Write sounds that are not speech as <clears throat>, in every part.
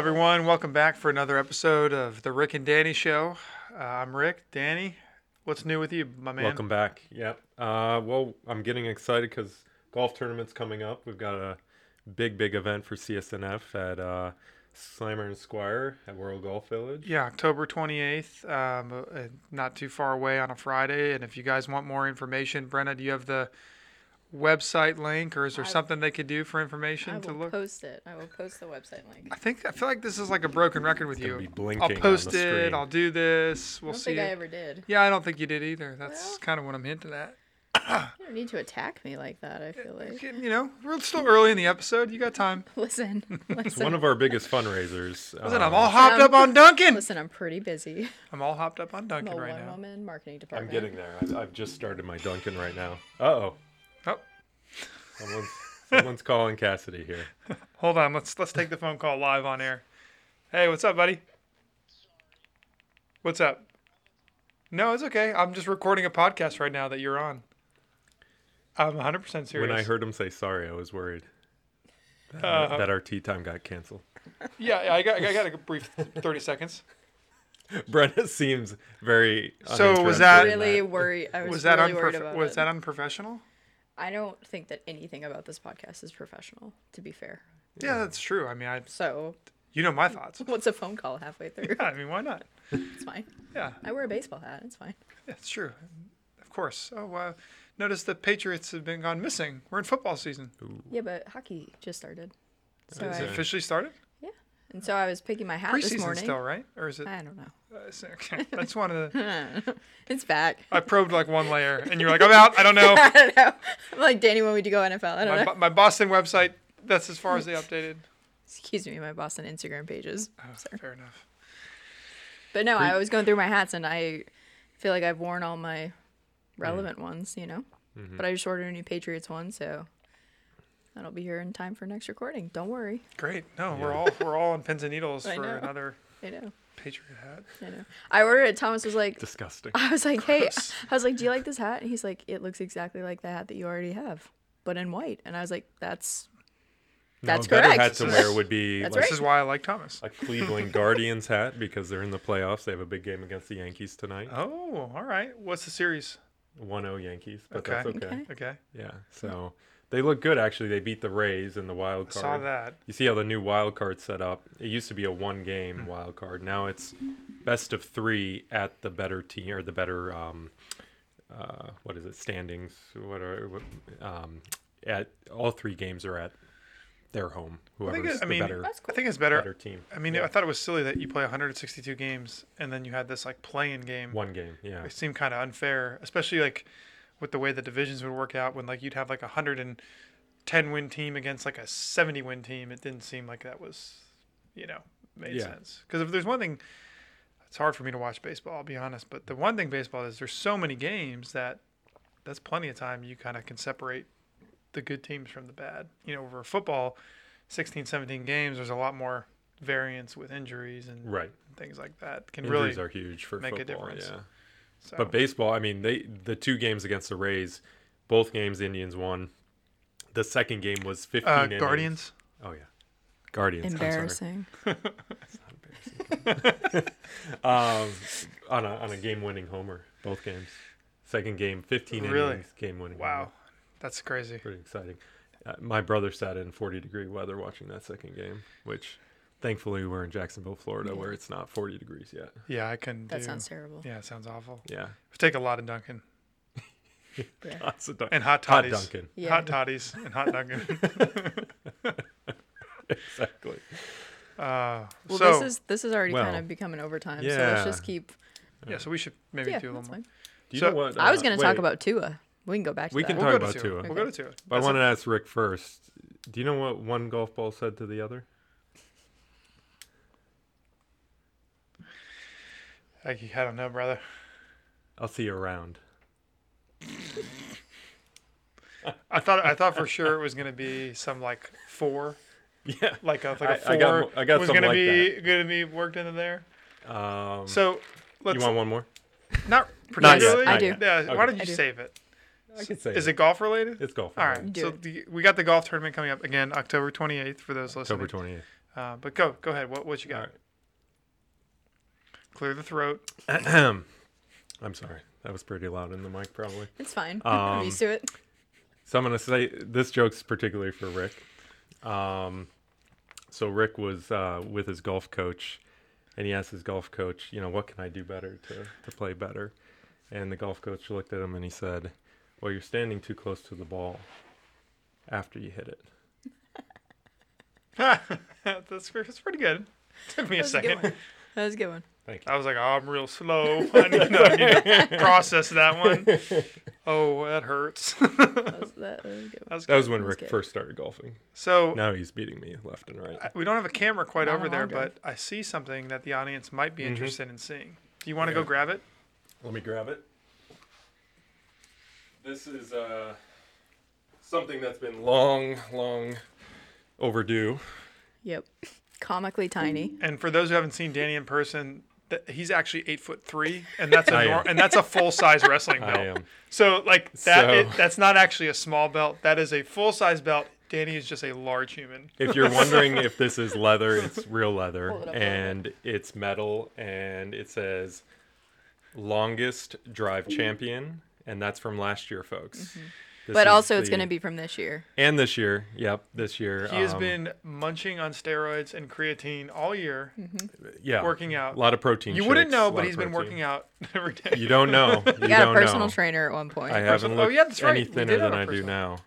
welcome back for another episode of the Rick and Danny Show. Uh, I'm Rick. Danny, what's new with you, my man? Welcome back. Yep. Uh, well, I'm getting excited because golf tournament's coming up. We've got a big, big event for CSNF at uh, Slimer and Squire at World Golf Village. Yeah, October 28th, um, uh, not too far away on a Friday. And if you guys want more information, Brenna, do you have the website link or is there I- something they could do for information I to will look? post it. I will post the website link. I think I feel like this is like a broken record with gonna you. be blinking I'll on the post it. screen. I'll do this. We'll I don't see. think I it. ever did. yeah, I don't think you did either. That's Well. kind of what I'm hinting at. You don't need to attack me like that. I feel You <laughs> like. can- you know, we're still Hmm. early in the episode. You got time. Listen, It's <laughs> listen, one of our biggest fundraisers. Listen, Um, I'm all hopped Um, up on Duncan. listen. I'm pretty busy. I'm all hopped up on I'm a Duncan right now. one-woman marketing I'm department. getting there. I, I've just started my Duncan right now. Uh oh. Oh, Someone's, someone's calling Cassidy here. hold on. Let's let's take the phone call live on air. Hey, what's up, buddy? What's up? No, it's okay. I'm just recording a podcast right now that you're on. I'm 100% serious. When I heard him say sorry, I was worried that, Uh, that our tea time got canceled. <laughs> Yeah, I got, I got a brief 30 seconds. Brenna seems very. So was uninterested that- in Really worried. I was, Was that really unprof- worried about was it. that unprofessional? I don't think that anything about this podcast is professional. To be fair, Yeah, that's true. I mean, I so <laughs> you know my thoughts. what's a phone call halfway through? <laughs> <laughs> Yeah, I mean, why not? It's fine. Yeah, I wear a baseball hat. It's fine. that's true. Of course. Oh, uh, notice the Patriots have been gone missing. We're in football season. Yeah, but hockey just started. So Has I, it officially started? yeah, and so I was picking my hat this Preseason morning. still, right? Or is it? I don't know. Uh, so- okay. <laughs> That's one of the. It's back. <laughs> I probed like one layer, and you're like, I'm out. I don't know. I don't know. I'm like Danny when we do go NFL. I don't My, know. Bo- my Boston website. That's as far as they updated. Excuse me, my Boston Instagram pages. Oh, fair enough. But no, I was going through my hats and I feel like I've worn all Mm. my relevant ones, you know? Mm-hmm. But I just ordered a new Patriots one, so that'll be here in time for next recording. Don't worry. Great. No, we're all we're all on pins and needles I for know. another I know. Patriot hat. I know. I ordered it. Thomas was like, Disgusting. I was like, hey, I was like, do you like this hat? And he's like, it looks exactly like the hat that you already have, but in white. And I was like, that's. That's a better correct. hat <laughs> to wear would be That's like This is why I like Thomas. <laughs> a Cleveland Guardians hat because they're in the playoffs. They have a big game against the Yankees tonight. Oh, all right. What's the series? 1-0 Yankees, but Okay. that's okay. Okay. Okay, Yeah. So they look good actually. They beat the Rays in the wild card. saw that. You see how the new wild card set up? It used to be a one Hmm. game wild card. Now it's best of three at the better team or the better um, uh, what is it standings? What are what, um, at all three games are at their home. I Whoever's think, it, I the mean, better I think it's better. better team. I mean, I thought it was silly that you play 162 games and then you had this like playing game. One game. Yeah. It seemed kind of unfair, especially like with the way the divisions would work out when like you'd have like a 110 win team against like a 70 win team. It didn't seem like that was, you know, made Yeah. sense. Because if there's one thing, it's hard for me to watch baseball, I'll be honest. But the one thing baseball is there's so many games that that's plenty of time you kind of can separate the good teams from the bad. You know, over football, 16, 17 games, there's a lot more variance with injuries and Right. things like that can Injuries really are huge for make a football. difference. Yeah. so. uh, But baseball, I mean, they the two games against the Rays, both games the Indians won. The second game was 15 uh, innings. Guardians. Oh yeah. Guardians. Embarrassing. I'm sorry. Um, on a on a game winning homer, both games. Second game, 15 Really? innings, game winning. Wow, that's crazy. Pretty exciting. Uh, my brother sat in 40 degree weather watching that second game, which thankfully we're in Jacksonville, Florida, where it's not 40 degrees yet. Yeah, I couldn't. That do- sounds terrible. Yeah, it sounds awful. Yeah. <laughs> We take a lot of Duncan Yeah. Lots of dun- and hot hot toddies. Duncan. Yeah. Hot toddies and hot <laughs> Duncan. Exactly. Uh, Well, so this is this is already kind well, of becoming overtime, so let's yeah. just keep. yeah, so we should maybe Yeah, do a little that's more. fine. Do you So- know what? I was uh, going to talk wait, about Tua. We can go back to We that. can We'll talk go about to Tua. Tua. We'll go to Tua. But I That's wanted a- to ask Rick first. Do you know what one golf ball said to the other? I, I don't know, brother. I'll see you around. I thought I thought for sure it was gonna be some like four, <laughs> Yeah. like a like a four I- I got mo- I got was something gonna like be gonna be worked into there. Um, So let's you want one more? not Not yet, particularly. not I do. yet. Yeah, Okay. why don't you I do. save it? I could say Is it golf related? It's golf. All right. Do So it. the, we got the golf tournament coming up again October 28th for those listening. October twenty eighth. Uh, but go go ahead. What what you got? All right. Clear the throat. <clears throat> <laughs> I'm sorry. That was pretty loud in the mic, probably. It's fine. <laughs> I'm used um, <laughs> to it. So I'm gonna say this joke's particularly for Rick. Um, so Rick was uh, with his golf coach, and he asked his golf coach, you know, what can I do better to to play better? And the golf coach looked at him and he said, "Well, you're standing too close to the ball after you hit it." that's, pre- that's pretty good. <laughs> Took me a That was a good second. one. That was a good one. Thank <laughs> you. I was like, oh, I'm real slow. <laughs> I need, to, I need to <laughs> process that one. Oh, that hurts. <laughs> That was, that was a <laughs> good one. That's That good. was when That's Rick good. first started golfing. So Now he's beating me left and right. we don't have a camera quite Not over a there, long drive. but I see something that the audience might be interested in seeing. Do you want to Mm-hmm. Yeah. go grab it? Let me grab it. This is uh, something that's been long, long overdue. Yep. Comically tiny. And for those who haven't seen Danny in person, th- he's actually eight foot three, and <laughs> that's a I nor- am. and that's a full size wrestling belt. I am. So like that, So- it- that's not actually a small belt. That is a full size belt. Danny is just a large human. If you're <laughs> wondering if this is leather, it's real leather, Hold it up, hold it up. and it's metal, and it says longest drive champion, and that's from last year, folks. This Mm-hmm. But is also, it's the- going to be from this year. and this year. Yep, this year He has um, been munching on steroids and creatine all year, yeah working a out. lot of protein. You wouldn't shakes, know, Mm-hmm. a lot but of he's been protein. working out <laughs> every day. You <laughs> don't know. You, You got a don't personal know. trainer at one point. I haven't oh, looked yeah, that's right. any We thinner did have than a I do now.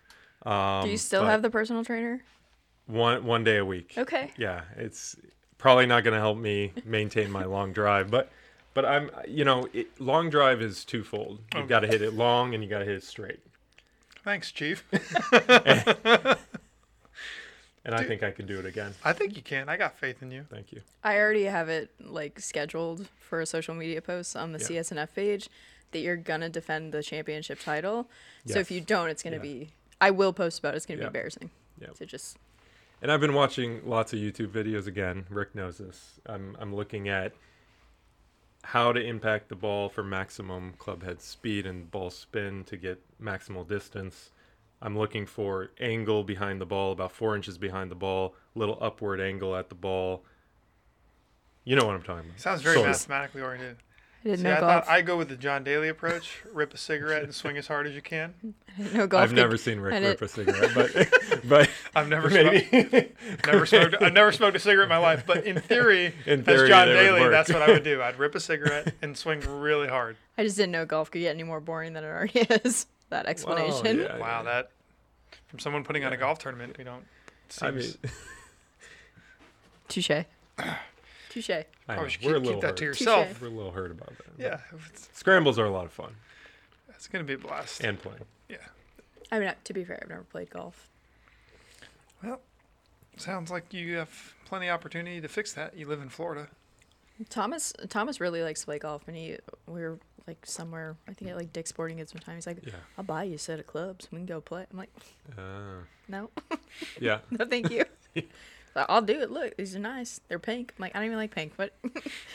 Um, Do you still but have the personal trainer? one one day a week? Okay. Yeah, it's probably not going to help me maintain my long drive, but but I'm you know it, long drive is twofold. You have got to hit it long and you got to hit it straight. Thanks, Chief. And I think I can do it again. I think you can. I got faith in you. Thank you. I already have it like scheduled for a social media post on the Yeah. CSNF page that you're gonna defend the championship title. So if Yes. you don't, it's gonna Yeah. be. I will post about it. It's gonna Yeah. be embarrassing. Yeah. So just And I've been watching lots of YouTube videos again. Rick knows this. I'm I'm looking at how to impact the ball for maximum club head speed and ball spin to get maximal distance. I'm looking for angle behind the ball, about four inches behind the ball, little upward angle at the ball. You know what I'm talking about. Sounds very Sorry. mathematically oriented. I didn't See, know I golf. thought I go with the John Daly approach: rip a cigarette and swing as hard as you can. I <laughs> didn't know golf. I've could- never seen Rick and rip it- a cigarette, but <laughs> <laughs> but I've never smoked, maybe never smoked, I've never smoked a cigarette in my life. But in theory, <laughs> In as theory, John they would Daly, work. that's what I would <laughs> do. I'd rip a cigarette and swing really hard. I just didn't know golf could get any more boring than it already <laughs> is. That explanation. yeah. Wow, that from someone putting on a golf tournament, we don't. Seems, I mean <clears throat> Touche. Touche. I know, probably oh, should we're a keep, little keep that to hurt. yourself. Touche. We're a little hurt about that. Yeah, it's, Scrambles are a lot of fun it's gonna be a blast. and playing. yeah, I mean, to be fair, I've never played golf. sounds like you have plenty of opportunity to fix that. You live in Florida. Thomas Thomas really likes to play golf, and he we were like somewhere I think at like Dick's Sporting Goods one time. He's like, Yeah. "I'll buy you a set of clubs. We can go play." I'm like, Uh, "No, <laughs> yeah. no, thank <laughs> you." But I'll do it. Look, these are nice. They're pink. I'm like, I don't even like pink, but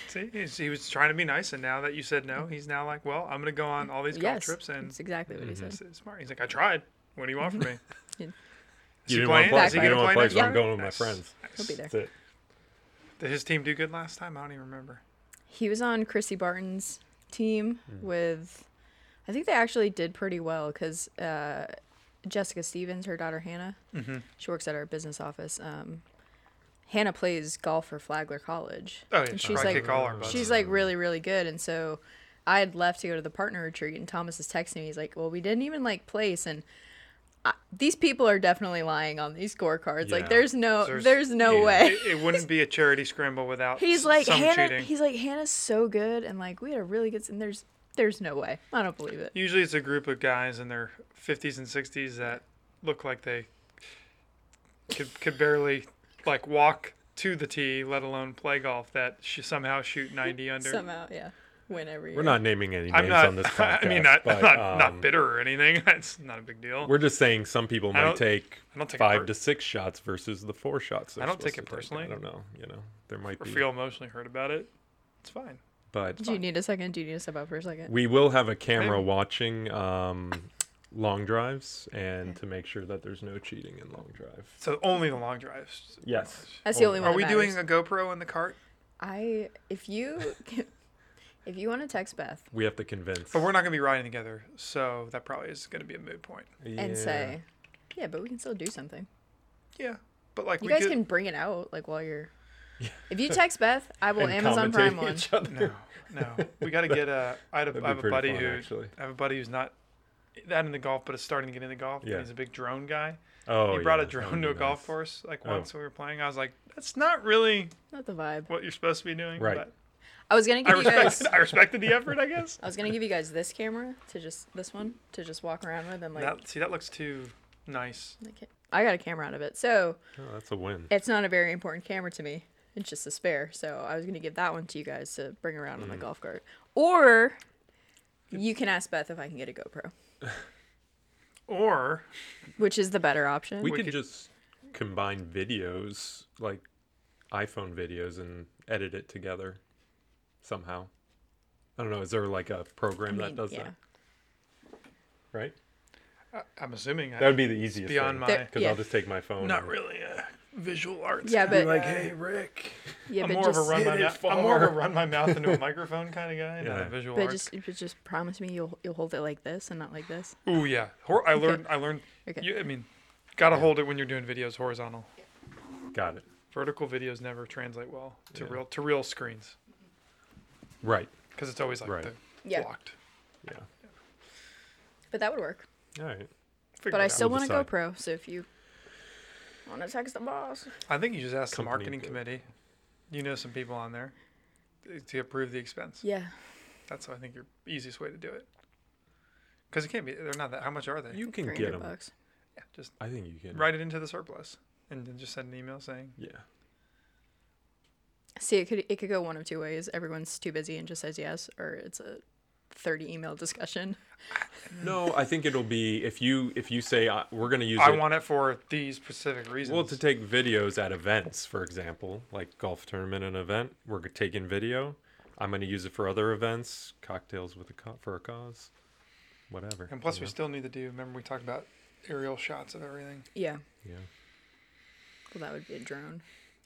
See, he's, he was trying to be nice, and now that you said no, he's now like, well, I'm gonna go on all these golf yes, trips, and that's exactly what he it's, says. it's smart. He's like, I tried. What do you want <laughs> from me? Is You he didn't want playing? to play, Is he you didn't gonna play want to play, next so I'm year? going with my Nice. friends. He'll be there. That's it. Did his team do good last time? I don't even remember. He was on Chrissy Barton's team Hmm. with, I think they actually did pretty well because uh, Jessica Stevens, her daughter Hannah, Mm-hmm. she works at our business office. Um, Hannah plays golf for Flagler College. Oh yeah, she's And she's like, like- kick all our butts. She's like really, really good. And so I had left to go to the partner retreat, and Thomas is texting me. He's like, Well, we didn't even like place. And I, these people are definitely lying on these scorecards. Yeah. Like, there's no, There's- there's, no yeah. way. it, it wouldn't be a charity scramble without. He's s- like, some Hannah, cheating. he's like, Hannah's so good. And like, we had a really good, and there's, there's no way. I don't believe it. Usually, it's a group of guys in their 50s and 60s that look like they could could barely like walk to the tee, let alone play golf. That sh- somehow shoot 90 under. Somehow, yeah. Win every year. We're not naming any names I'm not. on this <laughs> podcast. I mean, not but, not, um, not bitter or anything. <laughs> That's not a big deal. We're just saying some people might don't- take, I don't take it five per- to six shots versus the four shots. they're I don't take supposed it to personally. I don't know. You know, there might Or be, feel emotionally hurt about it. It's fine. but Do you need a second? Do you need to step out for a second? we will have a camera Maybe. watching um, long drives and to make sure that there's no cheating in long drive. So only the long drives. Yes, That's the only Are one. we that doing matters. a GoPro in the cart? I if you If you want to text Beth We have to convince. But we're not going to be riding together, so that probably is going to be a moot point. Yeah. and say, yeah, but we can still do something. Yeah, but like You we guys could- can bring it out like while you're. If you text Beth, I will <laughs> and Amazon commentate <laughs> Prime one. each other. No, no. We got to get a. I had a, <laughs> That'd I be have a pretty buddy fun, who actually. I have a buddy who's not that into golf, but is starting to get into golf. Yeah. And he's a big drone guy. Oh, he brought yeah, a that would drone to be a golf nice. course like Oh. once when we were playing. I was like, that's not really Not the vibe. what you're supposed to be doing. Right. But I was gonna I give <laughs> <laughs> you guys. respected, I respected the effort, I <laughs> guess. I was gonna give you guys this camera to just this one to just walk around with and Oh, like. that, see, that looks too nice. like it- I got a camera out of it, so Oh, that's a win. it's not a very important camera to me. It's just a spare, so I was gonna give that one to you guys to bring around Mm. on the golf cart, or you can ask Beth if I can get a GoPro, Or which is the better option. We, We could, could- just combine videos, like iPhone videos, and edit it together somehow. I don't know. Is there like a program I that mean, does yeah. that? Right? I, I'm assuming That would I, be the easiest. beyond thing, my- There- Because yeah. I'll just take my phone. not and- really a visual arts. Yeah, guy. but- like, hey, Rick. yeah, I'm but more just, of a run my Hit it mouth. I'm more of a far. run my mouth into <laughs> a microphone kind of guy, not Yeah. a visual but arts. just, but just promise me you'll you'll hold it like this and not like this. Ooh yeah, Hor- I learned. I learned. Okay. You, I mean, gotta hold it when you're doing videos horizontal. Got it. Vertical videos never translate well to Yeah. real to real screens Right. because it's always like Right. the Yeah. blocked. Yeah. But that would work. All right. Figure But it I out. still We'll want a decide. GoPro, so if you want to text the boss, I think you just ask the Company marketing good. committee. You know some people on there uh, to approve the expense. yeah, That's I think your easiest way to do it. Because it can't be. They're not that. How much are they? You can three get hundred them. bucks. yeah, just I think you can. write it into the surplus and then just send an email saying Yeah. See, it could it could go one of two ways. Everyone's too busy and just says yes, or it's a thirty email discussion. <laughs> No, I think it'll be if you if you say uh, we're gonna use I it want it for these specific reasons. Well, to take videos at events, for example, like golf tournament, an event, we're g- taking video. I'm going to use it for other events, cocktails with a co- for a cause, whatever. and plus, you we know? still need to do. Remember, we talked about aerial shots of everything. Yeah, yeah, well, that would be a drone.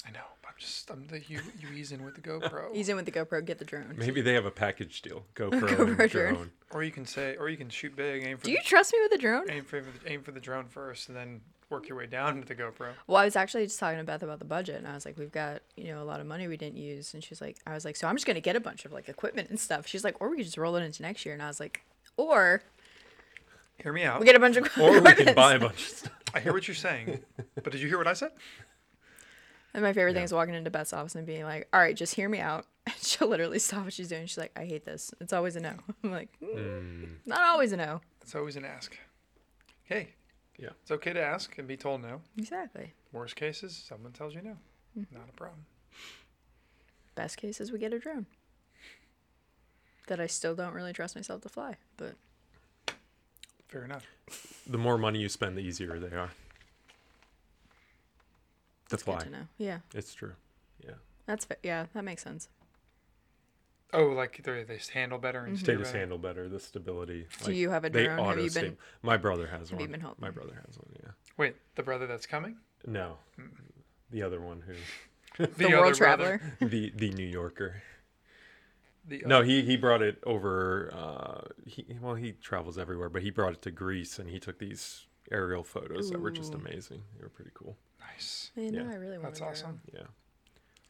I know. I'm just I'm the you you ease in with <laughs> the GoPro. He's in with the GoPro. Get the drone. maybe they have a <laughs> package deal. GoPro, GoPro and drone. drone. Or you can say or you can shoot big, aim for Do the, you trust me with a drone? aim for the, aim for the drone first and then work your way down to the GoPro. Well, I was actually just talking to Beth about the budget, and I was like, "We've got you know a lot of money we didn't use," and she's like, "I was like, so I'm just gonna get a bunch of like equipment and stuff." She's like, "Or we could just roll it into next year," and I was like, "Or Hear me out. we get a bunch of <laughs> Or we can equipment." buy a bunch of stuff. I hear what you're saying. but did you hear what I said? <laughs> And my favorite Yeah. thing is walking into Beth's office and being like, "All right, just hear me out." <laughs> And she'll literally stop what she's doing. She's like, "I hate this. It's always a no." <laughs> I'm like, "Mm, Hmm. "Not always a no." It's always an ask. Hey. Yeah. It's okay to ask and be told no. Exactly. Worst cases, someone tells you no. Mm-hmm. Not a problem. Best case is we get a drone. That I still don't really trust myself to fly, but Fair enough. The more money you spend, the easier they are to it's good fly. to know. Yeah, It's true. Yeah, that's fa- yeah, that makes sense. Oh, like they they just handle better Mm-hmm. and they steer just better. handle better the stability. Do you have a they drone? Have you auto-stab- been? My brother has have one. you been helped? My brother has one. Yeah. Wait, the brother that's coming? No, the other one who. The, world traveler. the the New <laughs> Yorker. The No, he he brought it over. Uh, he well, he travels everywhere, but he brought it to Greece and he took these aerial photos that were just Ooh. amazing. They were pretty cool. nice. Man, Yeah. now I really want That's a drone. awesome. Yeah,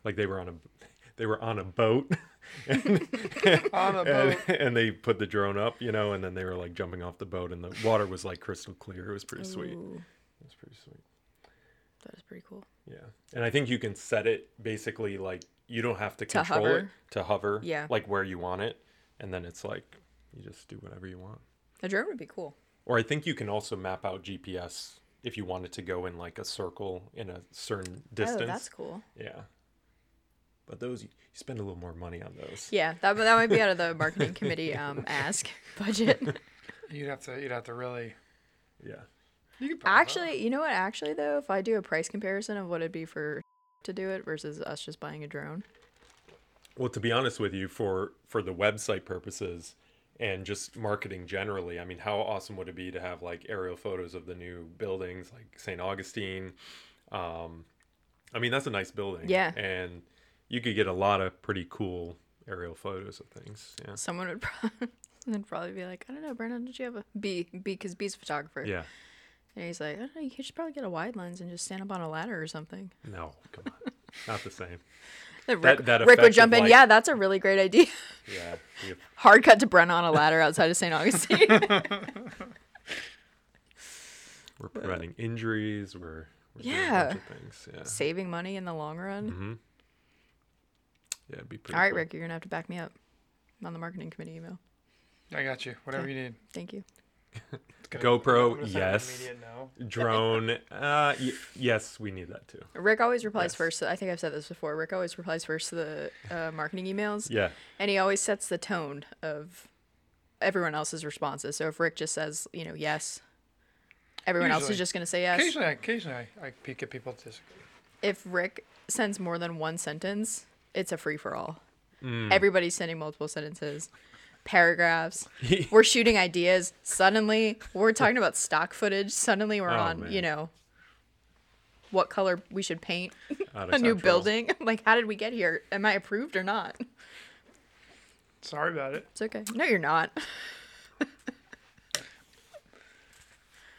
like they were on a <laughs> they were on a boat <laughs> On a boat. and, and they put the drone up, you know, and then they were like jumping off the boat and the water was like crystal clear. It was pretty sweet. It Ooh, was pretty sweet. that is pretty cool. Yeah, and I think you can set it basically like you don't have to To control it hover. to hover. Yeah. like where you want it, and then it's like you just do whatever you want. A drone would be cool. Oh, Or I think you can also map out GPS if you wanted to go in like a circle in a certain distance. Oh, that's cool. Yeah. But those you spend a little more money on those. Yeah, that that might be out of the marketing <laughs> committee um, ask <laughs> budget. You'd have to you'd have to really Yeah. you could probably- Actually, you know what? Actually, though, if I do a price comparison of what it'd be for <laughs> to do it versus us just buying a drone, Well, to be honest with you, for for the website purposes and just marketing generally, I mean, how awesome would it be to have like aerial photos of the new buildings, like St. Augustine? Um, I mean, that's a nice building. Yeah. And you could get a lot of pretty cool aerial photos of things. Yeah. Someone would <laughs> probably, would probably be like, I don't know, Brennan, did you have a B? B because B's a photographer. Yeah. And he's like, I don't know, you should probably get a wide lens and just stand up on a ladder or something. <laughs> No, come on. Not the same. That- Rick, that Rick would effective jump in. light- Yeah, that's a really great idea. Yeah. you- Hard cut to Brenna on a ladder outside of St. <laughs> Augustine. We're preventing injuries. We're, we're doing a Yeah. bunch of things. Yeah. Saving money in the long run. Yeah, it'd be pretty All right, cool. Rick, you're gonna have to back me up I'm on the marketing committee email. I got you. Whatever you need. Thank you. It's gonna- GoPro, I'm gonna send it an Oh, yes. immediate no. Drone. Uh, y- yes, we need that too. Rick always replies Yes. first. I think I've said this before. Rick always replies first to the uh, marketing emails, <laughs> Yeah. and he always sets the tone of everyone else's responses. So if Rick just says, you know, yes, everyone else is Usually. just gonna say yes. Occasionally, I- occasionally I, I peek at people to disagree. If Rick sends more than one sentence, it's a free for all. Everybody's sending multiple sentences, <laughs> paragraphs. we're shooting ideas. Suddenly, we're talking about stock footage. Suddenly, we're Oh, on, man. you know, what color we should paint Out of a new control. building. <laughs> I'm like, how did we get here? Am I approved or not? Sorry about it. It's okay. No, you're <laughs> not.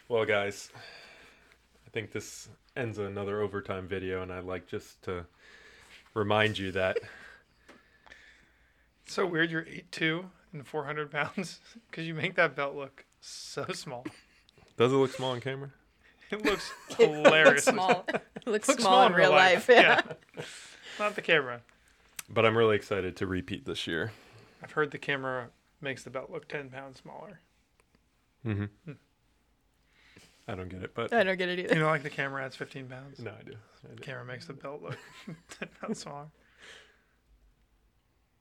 Well, guys, I think this ends another overtime video, and I'd like just to remind you <laughs> that It's so weird. You're eight two and four hundred pounds <laughs> because you make that belt look so small. does it look small on camera? It looks <laughs> It looks hilarious. <laughs> small. It looks Looks small in real life. <laughs> Yeah. Not the camera. But I'm really excited to repeat this year. I've heard the camera makes the belt look ten pounds smaller. Mm-hmm. I don't get it, but I don't get it You either. know, like the camera adds fifteen pounds. no, I do. I do. Camera makes the belt look <laughs> ten pounds smaller.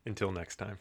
Until next time.